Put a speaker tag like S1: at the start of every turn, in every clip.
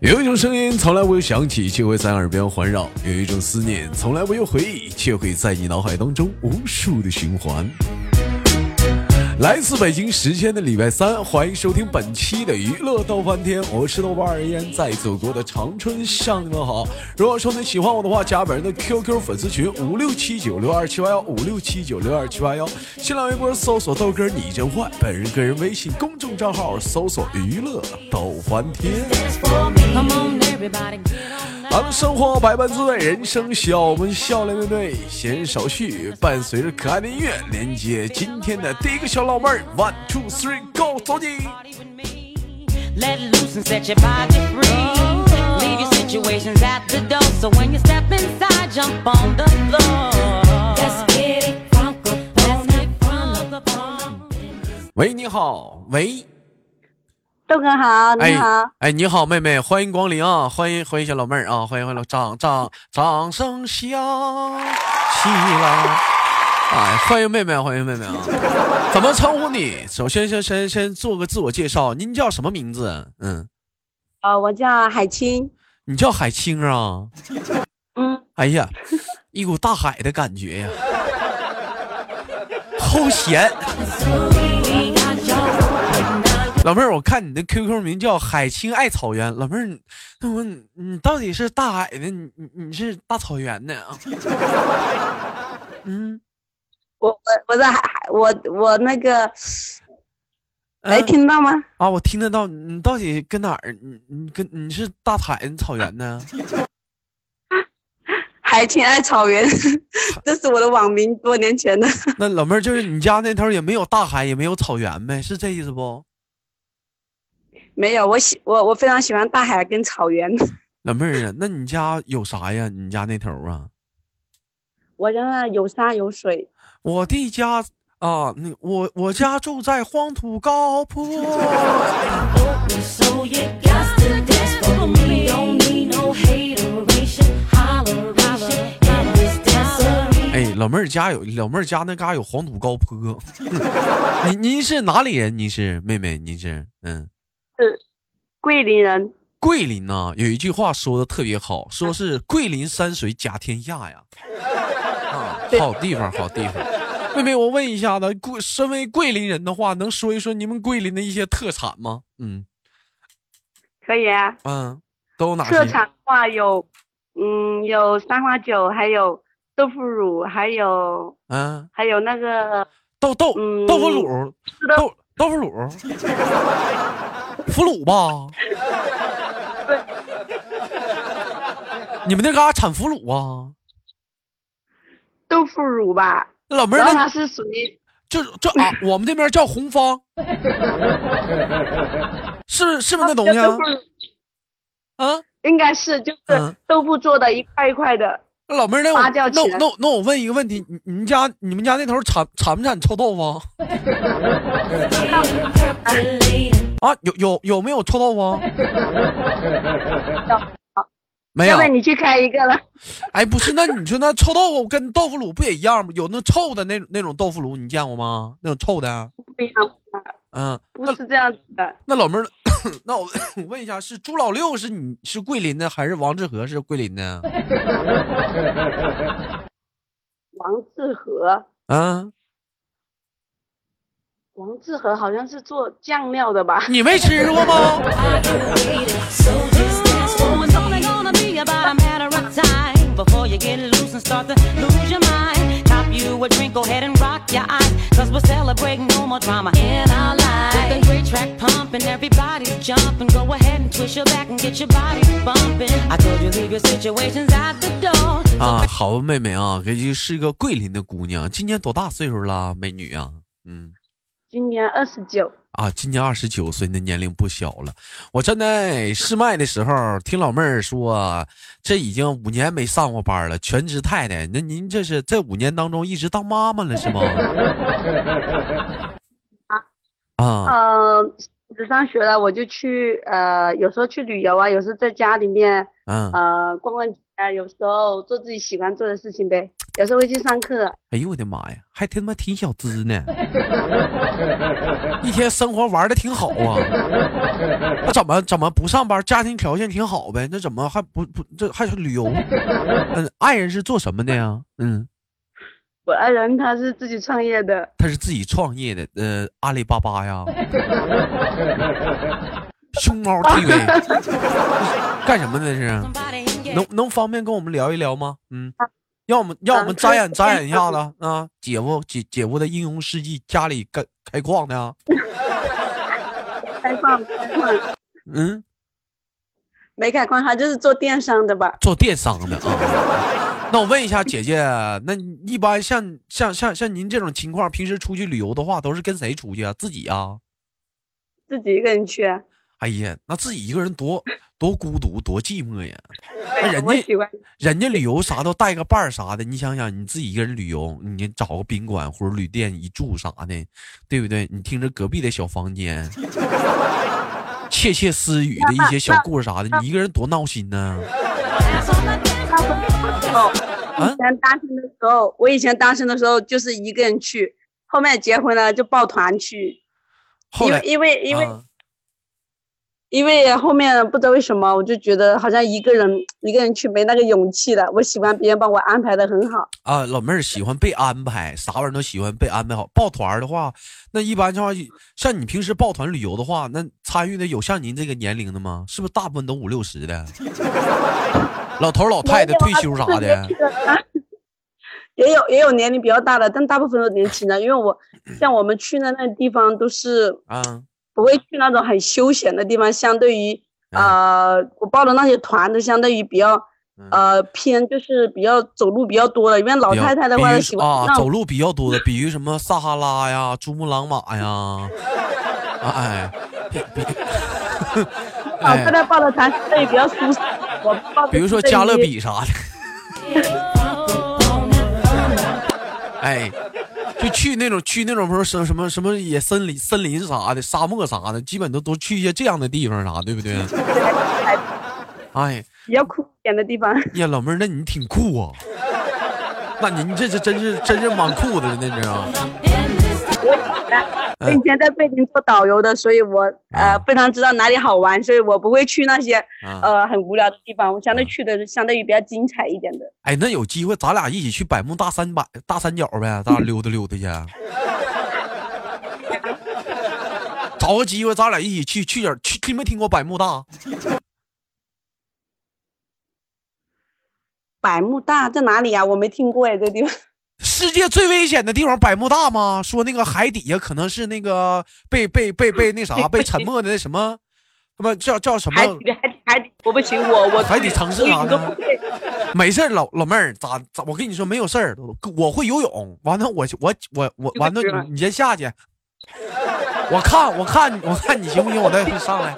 S1: 有一种声音从来不会响起，却会在耳边环绕；有一种思念从来不用回忆，却会在你脑海当中无数的循环。来自北京时间的礼拜三，欢迎收听本期的娱乐逗翻天，我是豆瓣儿烟，在祖国的长春向你们好。如果说你喜欢我的话，加本人的 QQ 粉丝群五六七九六二七八幺五六七九六二七八幺，新浪微博搜索豆哥你真坏，本人个人微信公众账号搜索娱乐逗翻天。
S2: Come on, everybody, get on
S1: 咱们生活百般滋味，人生需要我们笑来面对，闲言少叙，伴随着可爱的音乐，连接今天的第一个小老妹儿，one two three go，走你！
S2: party with me. Let loose and set your body free. Leave your situations at the door. So when you step inside, jump on the floor.
S3: Let's get it funko, let's get funko.
S1: 喂，你好，喂，
S4: 豆哥好，你
S1: 哎
S4: 好，，
S1: 哎，你好，妹妹，欢迎光临啊，欢迎欢迎小老妹儿啊，欢迎欢迎老，掌掌掌声响起来！哎，欢迎妹妹，欢迎妹妹啊！怎么称呼你？首先先先先做个自我介绍，您叫什么名字？嗯，
S4: 呃，我叫海清，
S1: 你叫海清啊？
S4: 嗯，
S1: 哎呀，一股大海的感觉呀，齁咸。老妹儿，我看你的 QQ 名叫海清爱草原。老妹儿，你那我你你到底是大海的，你你你是大草原的啊？ 嗯，
S4: 我我我在海，我我那个，哎，
S1: 嗯
S4: 听到吗？
S1: 啊，我听得到，你到底跟哪儿？你你跟你是大海的草原呢？
S4: 海清爱 草原，这是我的网名，多年前的，
S1: 那老妹儿就是你家那头也没有大海，也没有草原呗，是这意思不？
S4: 没有，我喜我我非常喜欢大海跟草原，
S1: 老妹儿啊，那你家有啥呀？你家那头啊？
S4: 我家那有山有水，
S1: 我的家啊，那我我家住在黄土高坡。
S3: So you got to dance for me. Don't need no hateration, holleration in this dancery.
S1: 哎，老妹儿家有老妹儿家那嘎有黄土高坡。 您您是哪里人？您是妹妹？您是嗯，
S4: 桂林人，
S1: 桂林呐、有一句话说的特别好，说是桂林山水甲天下呀。啊，好地方，好地方。妹妹，我问一下子，桂身为桂林人的话，能说一说你们桂林的一些特产吗？嗯
S4: 可以啊。
S1: 嗯，都有哪些？
S4: 特产的话有，嗯，有三花酒，还有豆腐乳，还有
S1: 嗯，
S4: 还有那个
S1: 豆豆、
S4: 嗯
S1: 豆腐乳，
S4: 是的
S1: 豆豆腐乳，腐乳吧？ 你们那嘎产腐乳啊？
S4: 豆腐乳吧，
S1: 那老妹儿，
S4: 然后
S1: 那
S4: 它是属于
S1: 这这啊，我们这边叫红方，是是不是那东西
S4: 豆
S1: 啊
S4: 腐？乳。
S1: 啊，
S4: 应该是就
S1: 嗯
S4: 是豆腐做的一块一块的，
S1: 那老妹儿，那我
S4: 发酵
S1: 那
S4: 起
S1: 我
S4: 来
S1: 那我那我问一个问题，你你们家你们家那头产产不产臭豆腐啊？啊，有有有没有臭豆腐啊？没有
S4: 要不。然你去开一个了。
S1: 哎，不是，那你说那臭豆腐跟豆腐乳不也一样吗？有那臭的那那种豆腐乳，你见过吗？那种臭的，啊
S4: 不一样，
S1: 嗯，
S4: 不是这样子的，
S1: 那老妹儿， 那我我问一下，是朱老六是你是桂林的，还是王致和是桂林的？
S4: 王致和，
S1: 啊，
S4: 王致和好像是做酱料的吧？
S1: 你没吃过吗？
S2: Ooh, it's only gonna be about a matter of time before you get loose and start to lose your mind. Top you a drink, go ahead and rock your eyes. Cause we're celebrating no more drama in our lives. With the great track pumping, everybody's jumping. Go ahead and twist your back and get your body bumping. I told you leave your situations at the door.
S1: 啊，好妹妹啊，这就是个桂林的姑娘，今年多大岁数了，美女啊？嗯。
S4: 今年二十九，
S1: 啊，今年二十九岁，那年龄不小了。我站在试麦的时候，听老妹儿说，这已经五年没上过班了，全职太太。那您这是这五年当中一直当妈妈了是吗？啊
S4: 呃，只上学了我就去呃，有时候去旅游啊，有时候在家里面
S1: 嗯，
S4: 呃逛逛街啊，有时候做自己喜欢做的事情呗。有时候会去上课。
S1: 哎呦我的妈呀，还他妈挺小资呢，一天生活玩的挺好啊。那怎么怎么不上班？家庭条件挺好呗，那怎么还不不这还是旅游？嗯，爱人是做什么的呀？嗯，
S4: 我爱人他是自己创业的，
S1: 他是自己创业的，呃，阿里巴巴呀， 熊猫 TV，干什么的这是？能能方便跟我们聊一聊吗？嗯，让我们让我们展演展演一下子啊，姐夫姐姐夫的英雄事迹，家里开开矿的啊，
S4: 开矿开矿
S1: 嗯，
S4: 没开矿，他就是做电商的吧？
S1: 做电商的啊。 那我问一下姐姐，那你一般像像像像您这种情况，平时出去旅游的话，都是跟谁出去啊？自己啊？
S4: 自己一个人去。啊
S1: 哎呀，那自己一个人多多孤独，多寂寞 呀！那人
S4: 我
S1: 家
S4: 喜欢
S1: 人家旅游啥都带个伴儿啥的，你想想你自己一个人旅游，你找个宾馆或者旅店一住啥的，对不对？你听着隔壁的小房间， 窃窃私语的一些小故事啥的，你一个人多闹心呢。哦
S4: 以前单身的时候，我以前单身的时候就是一个人去，后面结婚了就抱团去，
S1: 后
S4: 因为
S1: 来
S4: 因为因为、
S1: 啊
S4: 因为后面不知道为什么，我就觉得好像一个人一个人去没那个勇气了。我喜欢别人帮我安排的很好，
S1: 啊，老妹儿喜欢被安排，啥玩意儿都喜欢被安排好。抱团儿的话，那一般的话，像你平时抱团旅游的话，那参与的有像您这个年龄的吗？是不是大部分都五六十的？ 老头儿老太太退休啥
S4: 也有
S1: 的
S4: 啊。就是年轻人啊也有也有年龄比较大的，但大部分都年轻的，因为 我像我们去的那地方都是
S1: 啊，
S4: 不会去那种很休闲的地方，相对于呃，我报的那些团都相对于比较
S1: 啊嗯
S4: 呃偏，就是比较走路比较多的，因为老
S1: 比较
S4: 太太的
S1: 比
S4: 话
S1: 如
S4: 喜
S1: 说
S4: 欢
S1: 啊，
S4: 那
S1: 走
S4: 种
S1: 路比较多的，比如什么撒哈拉呀、珠穆朗玛呀，啊哎，
S4: 老太太啊报的团相对于比较舒适。我报的
S1: 比如说
S4: 相对
S1: 加勒
S4: 于
S1: 比啥的。 哎，就去那种去那种不是什么什么什么野森林森林啥的沙漠啥的，基本都都去一些这样的地方啥，对不对？哎
S4: 比较酷一点的地方。
S1: 呀，老妹儿，那你挺酷啊！那您这是真是真是蛮酷的，那是啊。
S4: 我以前在北京做导游的，所以我
S1: 啊
S4: 呃非常知道哪里好玩，所以我不会去那些
S1: 啊
S4: 呃很无聊的地方，我相对去的是相对于比较精彩一点的。
S1: 哎，那有机会咱俩一起去百慕大三百大三角呗，咱俩溜达溜达去。找个机会，咱俩一起去去点儿去，听没听过百慕大？
S4: 百慕大在哪里呀、我没听过哎，这地方。
S1: 世界最危险的地方百慕大吗？说那个海底下可能是那个被被被
S4: 嗯
S1: 被那啥被沉没的那什么，他妈叫叫什么
S4: 海？底海底海底，我不行，我我
S1: 海底城市
S4: 我
S1: 啥
S4: 语都
S1: 的
S4: 不会，
S1: 没事儿，老老妹儿，咋咋？我跟你说没有事儿，我会游泳。完了，我我我我完了，你你先下去，我看我看我看你行不行？我再上来。
S4: 啊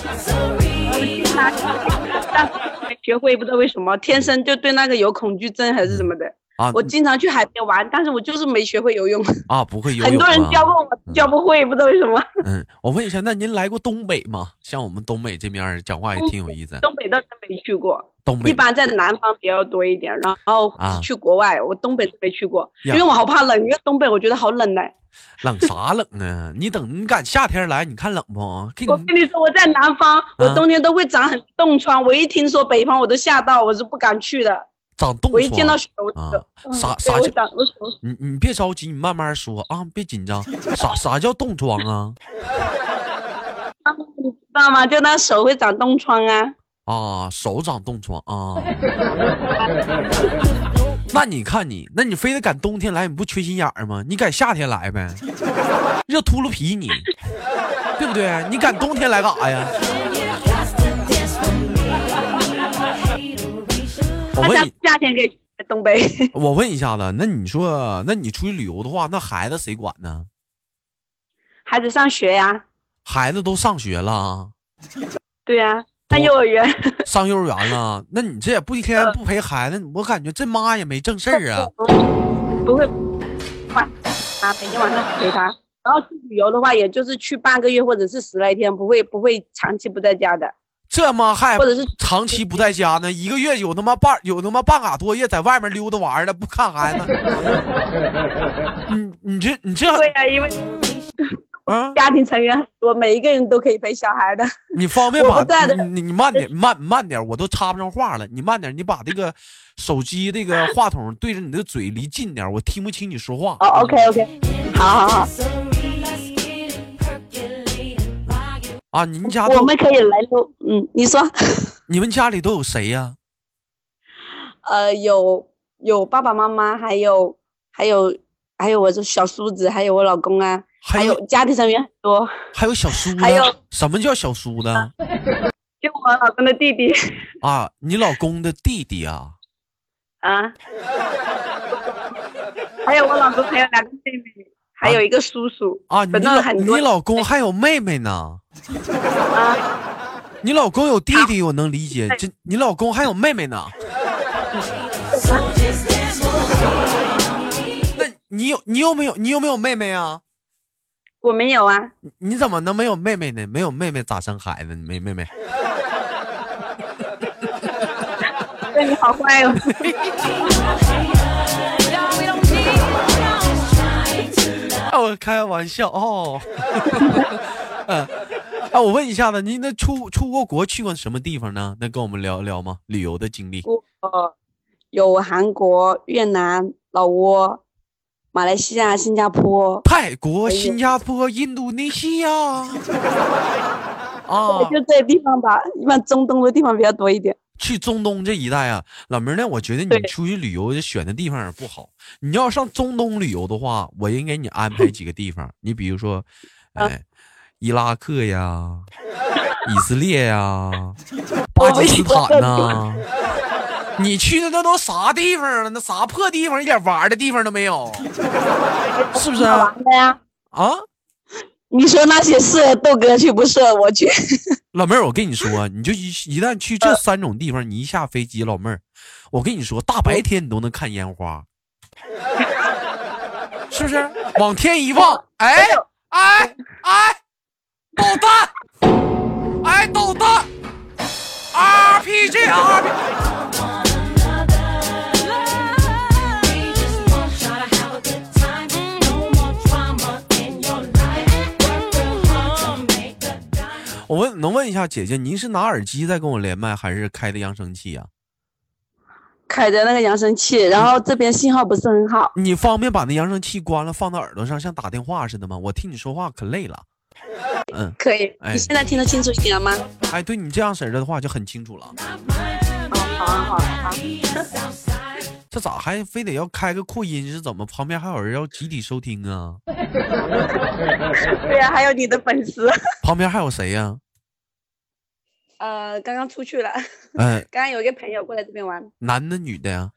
S4: 但是没学会不知道为什么，天生就对那个有恐惧症还是怎么的。
S1: 啊
S4: 我经常去海边玩，但是我就是没学会游泳，
S1: 啊，不会游泳、啊。
S4: 很多人教过我，教不会，不知道为什么。
S1: 嗯，我问一下，那您来过东北吗？像我们东北这边儿讲
S4: 嗯
S1: 话也挺有意思。
S4: 东北倒是没去过，
S1: 东
S4: 一
S1: 北
S4: 般在南方比较多一点，然后
S1: 啊
S4: 去国外，我东北都没去过，
S1: 呀嗯
S4: 因为我好怕冷，因为东北我觉得好冷呢。
S1: 冷啥冷啊？你等你赶夏天来，你看冷不？给
S4: 我
S1: 你
S4: 跟你说，我在南方，我
S1: 啊
S4: 冬天都会长很冻疮，我一听说北方我都吓到，我是不敢去的。
S1: 长冻
S4: 我一见到
S1: 疮
S4: 雪，我就
S1: 啊
S4: 嗯
S1: 啥
S4: 对
S1: 啥
S4: 我
S1: 叫
S4: 长我手
S1: 你你别着急，你慢慢说啊，别紧张。啥啥叫冻疮啊？
S4: 啊你知道吗？就那手会长冻疮啊。
S1: 啊，手长冻疮啊。那你看你，那你非得赶冬天来，你不缺心眼儿吗？你赶夏天来呗，热秃噜皮你，对不对？你赶冬天来干啥呀？我
S4: 大
S1: 问
S4: 家
S1: 你，
S4: 夏天可以去东北，
S1: 我问一下子，那你说，那你出去旅游的话，那孩子谁管呢？
S4: 孩子上学呀、
S1: 孩子都上学了，啊
S4: 对呀、上幼儿园。
S1: 上幼儿园了，那你这也不一
S4: 嗯
S1: 天不陪孩子，我感觉这妈也没正事儿 啊。
S4: 不会，晚啊，每天晚上陪他。然后去旅游的话，也就是去半个月或者是十来天，不会不会长期不在家的。
S1: 这妈还
S4: 或者是
S1: 长期不在家呢，一个月有他妈半有他妈半嘎多月在外面溜达玩儿了，不看孩 子。你你这你这
S4: 对呀、因为
S1: 啊，
S4: 家庭成员很多，每一个人都可以陪小孩的。
S1: 你方便
S4: 我
S1: 把
S4: 不在的
S1: 你你你慢点慢慢点，我都插不上话了，你慢点，你把这个手机这个话筒对着你的嘴离近点，我听不清你说话。
S4: 哦，OK OK，好好好，
S1: 啊，你们家
S4: 我
S1: 都
S4: 们可以来录。嗯，你说，
S1: 你们家里都有谁呀、
S4: 呃，有有爸爸妈妈，还有还有还有我这小叔子，还有我老公啊，
S1: 还
S4: 还有家庭成员很多，
S1: 还有小叔呢？
S4: 还有
S1: 什么叫小叔呢？
S4: 就我老公的弟弟
S1: 啊，你老公的弟弟啊？
S4: 啊，还有我老公，还有两个妹妹，还有一个叔叔
S1: 啊，你
S4: 反正
S1: 老
S4: 很
S1: 你
S4: 多啊
S1: 老公还有妹妹呢。你老公有弟弟，我能理解。这你老公还有妹妹呢。那你有你有没有你有没有妹妹啊？
S4: 我没有啊，
S1: 你怎么能没有妹妹呢？没有妹妹咋生孩子？你没妹妹？
S4: 对你好坏哦。
S1: 啊，我开玩笑哦。嗯，啊，我问一下子，您那出出过国去过什么地方呢？能跟我们聊一聊吗？旅游的经历。
S4: 过 有韩国、越南、老挝、马来西亚、新加坡，
S1: 泰国、
S4: 哎呦
S1: 新加坡、印度尼西亚。啊，
S4: 就这些地方吧，一般中东的地方比较多一点。
S1: 去中东这一带啊，老明儿呢，我觉得你
S4: 对
S1: 出去旅游选的地方也不好。你要上中东旅游的话，我应该给你安排几个地方，你比如说，哎，伊拉克呀，以色列呀，巴基斯坦呐。你去的那都啥地方了？那啥破地方，一点玩儿的地方都没有，是不是
S4: 好
S1: 啊？
S4: 玩的呀！
S1: 啊，
S4: 你说那些事，豆哥去不是我去，
S1: 老妹儿，我跟你说，啊你就一一旦去这三种地方，你一下飞机，老妹儿，我跟你说，大白天你都能看烟花，是不是？往天一望，哎哎哎，导弹，哎导弹，RPG RPG，我问能问一下姐姐，您是拿耳机在跟我连麦，还是开的扬声器啊？
S4: 开着那个扬声器，然后这边信号不是很好。
S1: 你方便把那扬声器关了，放到耳朵上，像打电话似的吗？我听你说话可累了。嗯，
S4: 可以，
S1: 哎
S4: 你现在听得清楚一点了吗？
S1: 哎，对你这样式儿的话就很清楚了。
S4: 好啊，好啊，好啊。
S1: 这咋还非得要开个扩音？是怎么？旁边还有人要集体收听啊？
S4: 对呀、还有你的粉丝。
S1: 旁边还有谁呀、
S4: 呃，刚刚出去了，
S1: 呃，
S4: 刚刚有一个朋友过来这边玩，
S1: 男的女的呀？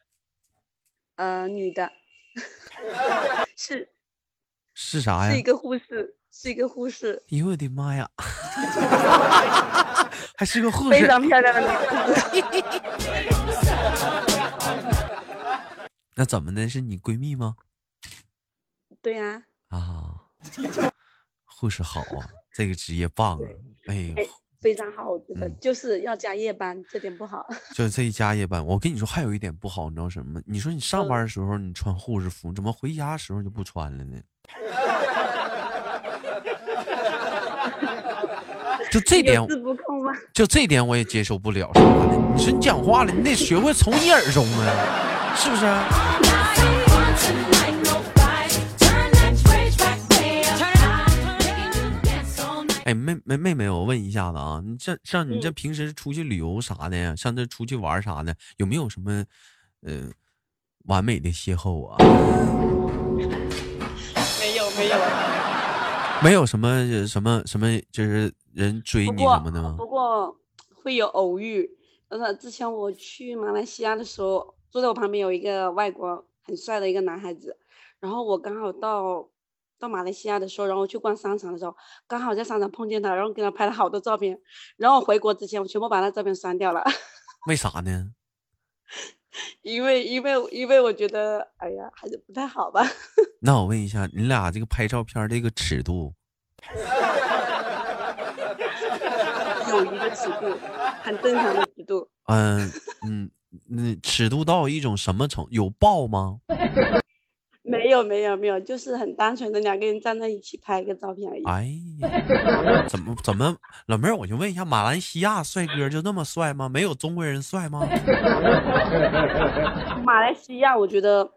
S4: 呃，女的， 是
S1: 是啥
S4: 是一
S1: 哎呀？
S4: 个护士，是一个护士，
S1: 哎呦我的妈呀！ 还是个护
S4: 非
S1: 士。
S4: 常漂亮的女护士。
S1: 那怎么的？是你闺蜜吗？
S4: 对呀、
S1: 啊，护士好啊，这个职业棒啊！哎呦，
S4: 非常好，我觉得
S1: 嗯
S4: 就是要加夜班，这点不好。
S1: 就这一加夜班，我跟你说，还有一点不好，你知道什么吗？你说你上班的时候你穿护士服，怎么回家的时候就不穿了呢？ 就这点
S4: 有，自不控吗？
S1: 就这点我也接受不了。是吧你说你讲话了，你得学会从你耳中啊，是不是？哎，妹妹妹妹，我问一下子啊，你这像你
S4: 嗯
S1: 这平时出去旅游啥的呀，像这出去玩啥的，有没有什么呃完美的邂逅啊？
S4: 没有没有。
S1: 没有什么呃什么什么，就是人追
S4: 不
S1: 你什
S4: 过
S1: 么的吗
S4: 不？过会有偶遇。呃，之前我去马来西亚的时候，坐在我旁边有一个外国很帅的一个男孩子，然后我刚好到到马来西亚的时候，然后去逛商场的时候，刚好在商场碰见他，然后给他拍了好多照片，然后我回国之前我全部把他照片删掉了，
S1: 为啥呢？
S4: 因为因为因为我觉得哎呀还是不太好吧。
S1: 那我问一下，你俩这个拍照片儿这个尺度，
S4: 有一个尺度，很正常的尺度。
S1: 嗯嗯，那尺度到一种什么程？有爆吗？
S4: 没有没有没有，就是很单纯的两个人站在一起拍一个照片而已。
S1: 哎呀，怎么怎么，老妹儿，我就问一下，马来西亚帅哥就那么帅吗？没有中国人帅 吗？哎
S4: 马来西亚，我觉得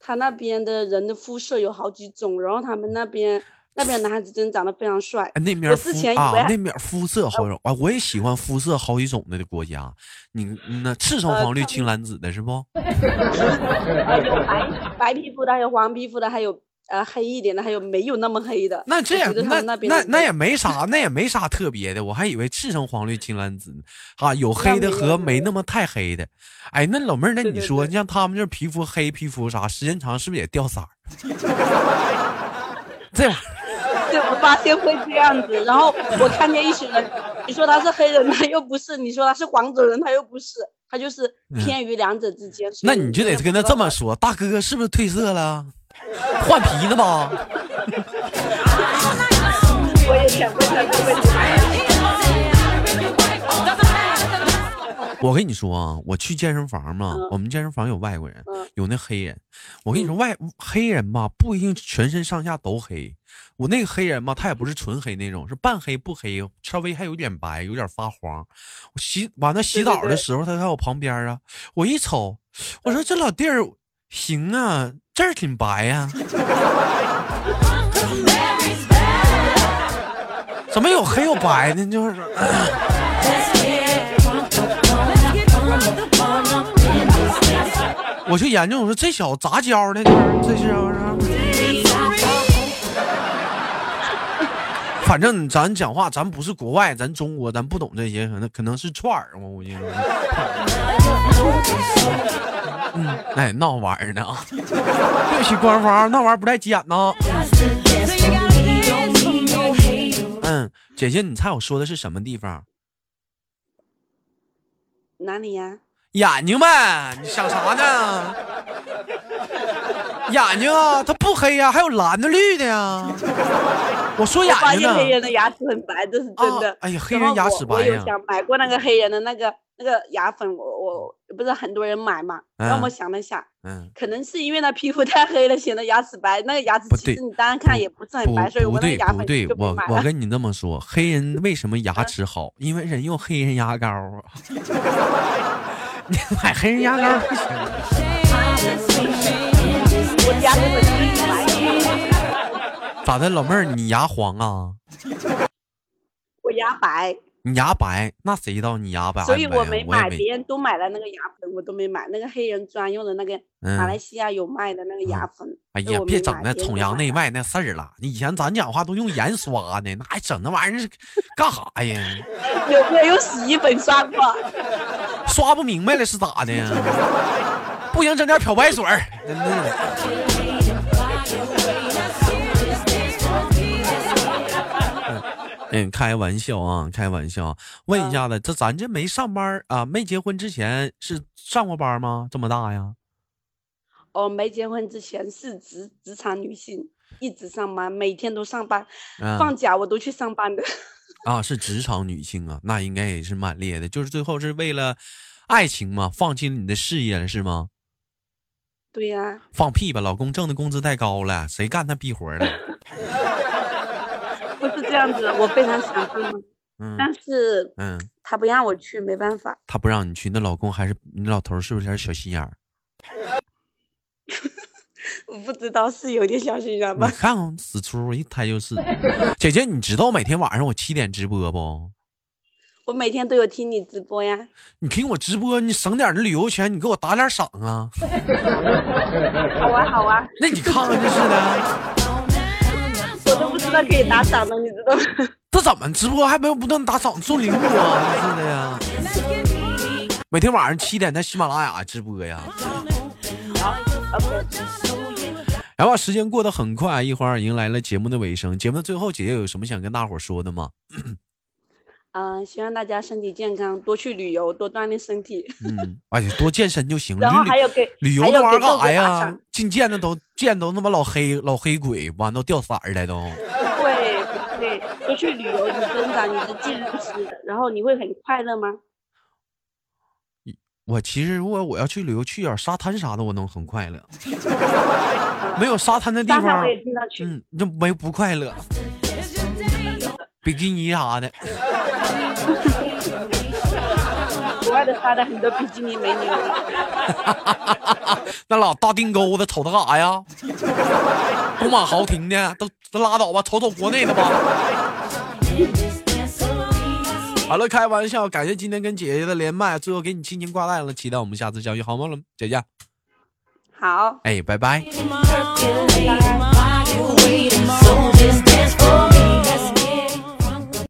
S4: 他那边的人的肤色有好几种，然后他们那边那边男孩子真的长得非 常帅
S1: 哎，。那面
S4: 我
S1: 儿
S4: 之
S1: 肤
S4: 前以为
S1: 啊，
S4: 还
S1: 那面儿肤色好种啊，我也喜欢肤色好几种的国家。你你那赤橙
S4: 呃
S1: 黄绿
S4: 他
S1: 青蓝紫的是不？
S4: 呃，有白白皮肤的，还有黄皮肤的，还有呃黑一点的，还有没有那么黑的。
S1: 那这
S4: 我
S1: 也
S4: 觉得他
S1: 那
S4: 们那边
S1: 那
S4: 的
S1: 那
S4: 人
S1: 也没啥，那也没啥特别的，我还以为赤橙黄绿青蓝紫呢啊，有黑的
S4: 没
S1: 和
S4: 有
S1: 没那么太黑的。哎，那老妹儿，那
S4: 对
S1: 你
S4: 对
S1: 说，
S4: 对
S1: 像他们这皮肤黑皮肤啥，时间长是不是也掉色儿？ 这玩意儿
S4: 对，我发现会这样子。然后我看见一群人，你说他是黑人，他 又不是；你说他是黄种人，他又不是，他就是偏于两者之间。
S1: 嗯
S4: 所
S1: 那
S4: 以
S1: 你就
S4: 真
S1: 得
S4: 的
S1: 跟
S4: 不
S1: 他
S4: 知
S1: 这
S4: 道
S1: 么说，大哥哥是不是褪色了？换皮了吧？
S4: 我也想问他这个问题。
S1: 我跟你说啊，我去健身房嘛，我们健身房有外国人，
S4: 嗯
S1: 有那黑人。我跟你说，外黑人吧，不一定全身上下都黑。我那个黑人吧，他也不是纯黑那种，是半黑不黑，稍微还有点白，有点发黄。我洗完了洗
S4: 对对
S1: 澡的
S4: 对
S1: 时候，他在我旁边啊，我一瞅，我说这老弟儿行啊，这儿挺白呀、怎么有黑有白呢？就是。我就研究，我说这小子杂交呢，这是啊这是。反正咱讲话，咱不是国外，咱中国，咱不懂这些，可能可能是串儿，我估计。嗯，哎，闹玩儿呢，对不起官方，那玩意儿不带急眼呢。嗯，姐姐，你猜我说的是什么地方？
S4: 哪里呀、
S1: 眼睛呗，你想啥呢？眼睛啊，它不黑呀、还有蓝的、绿的呀、我说眼
S4: 我发
S1: 睛
S4: 现黑
S1: 呢，
S4: 人的牙齿很白，这是真的。
S1: 啊哎呀
S4: 然
S1: 黑人
S4: 后
S1: 牙
S4: 我
S1: 齿
S4: 我
S1: 白
S4: 有
S1: 呀
S4: 想买过那个黑人的那个那个牙粉，我我不是很多人买嘛。然后我
S1: 嗯
S4: 想了想，
S1: 嗯，
S4: 可能是因为那皮肤太黑了，显得牙齿白。那个牙齿
S1: 不
S4: 其
S1: 对
S4: 实你单看也不是很白，所以
S1: 不
S4: 我那
S1: 对
S4: 个牙
S1: 不
S4: 粉
S1: 对，
S4: 就
S1: 我
S4: 不买
S1: 我
S4: 了。 嗯
S1: 跟你这么说，黑人为什么牙齿好？因为人用黑人牙膏啊。 你买黑人牙膏
S4: 嗯
S1: 不行，啊
S4: 我牙齿本身是白的，
S1: 咋的，老妹儿你牙黄啊？
S4: 我牙白，
S1: 你牙白，那谁知道你牙白不白
S4: 所
S1: 呀？
S4: 以我没
S1: 也
S4: 买，别人都买了那个牙粉，我都没买。那个黑人专用的那个马来
S1: 嗯，
S4: 西亚有卖的那个牙粉，
S1: 哎
S4: 所以
S1: 呀
S4: 我，
S1: 别
S4: 没
S1: 整
S4: 买
S1: 那
S4: 别人
S1: 崇
S4: 都
S1: 洋
S4: 买
S1: 媚
S4: 了
S1: 外那事儿了。你以前咱讲话都用盐刷呢，那还整那玩意儿是干啥呀？
S4: 有没有用洗衣粉刷过？
S1: 刷不明白了是咋的呀？不行，整点漂白水儿。真的 嗯，开玩笑啊，开玩笑。问一下子，这咱这没上班儿啊，没结婚之前是上过班吗？这么大呀？
S4: 我哦没结婚之前是职职场女性，一直上班，每天都上班，
S1: 嗯、
S4: 放假我都去上班的。
S1: 啊，是职场女性啊，那应该也是蛮烈的。就是最后是为了爱情嘛，放弃了你的事业了是吗？
S4: 对呀、
S1: 放屁吧，老公挣的工资太高了，谁干那逼活儿了？
S4: 不是这样子的，我非常想上班，
S1: 嗯
S4: 但是
S1: 嗯。
S4: 他不让我去，没办法。
S1: 他不让你去，那老公还是你老头儿是不是有点小心眼 儿？
S4: 我不知道是有点小心眼
S1: 你
S4: 吧？
S1: 看看死出一猜就是。姐姐，你知道每天晚上我七点直播不？
S4: 我每天都有听你直播呀，
S1: 你听我直播，你省点儿那旅游钱，你给我打点儿赏啊！嗯
S4: 好啊好啊，
S1: 那你看看这是的，
S4: 我都不知道可以打赏的，你知道吗？
S1: 这怎么直播还没有不断打赏送礼物啊？真是的呀！每天晚上七点在喜马拉雅直播呀。然后时间过得很快，啊一会儿迎来了节目的尾声。节目的最后，姐姐有什么想跟大伙儿说的吗？
S4: 嗯、希望大家身体健康，多去旅游，多锻炼身体。
S1: 嗯，哎呀，多健身就行了。
S4: 然后
S1: 旅
S4: 还有给
S1: 旅游
S4: 还
S1: 那
S4: 有
S1: 玩意儿
S4: 给
S1: 干啥
S4: 豆哥打
S1: 呀
S4: 赏？
S1: 净见那都见都他妈老黑老黑鬼，完都掉色儿了都。
S4: 不会不会，多去旅游，你增长你的见识，然后你会很快乐吗？
S1: 我其实如果我要去旅游，去点儿沙滩啥的，我能很快乐。没有沙滩的地
S4: 当然
S1: 方
S4: 我，也经常去，
S1: 嗯，那没不快乐。比基尼啥的，
S4: 国外的沙滩很多比基尼美 女，
S1: 那老大腚沟子瞅它干啥呀？公马豪庭的都都拉倒吧，瞅瞅国内的吧。好了，开玩笑，感谢今天跟姐姐的连麦，最后给你亲情挂断了，期待我们下次相遇，好吗？姐姐，
S4: 好。
S1: 哎，拜拜。
S2: Percolating.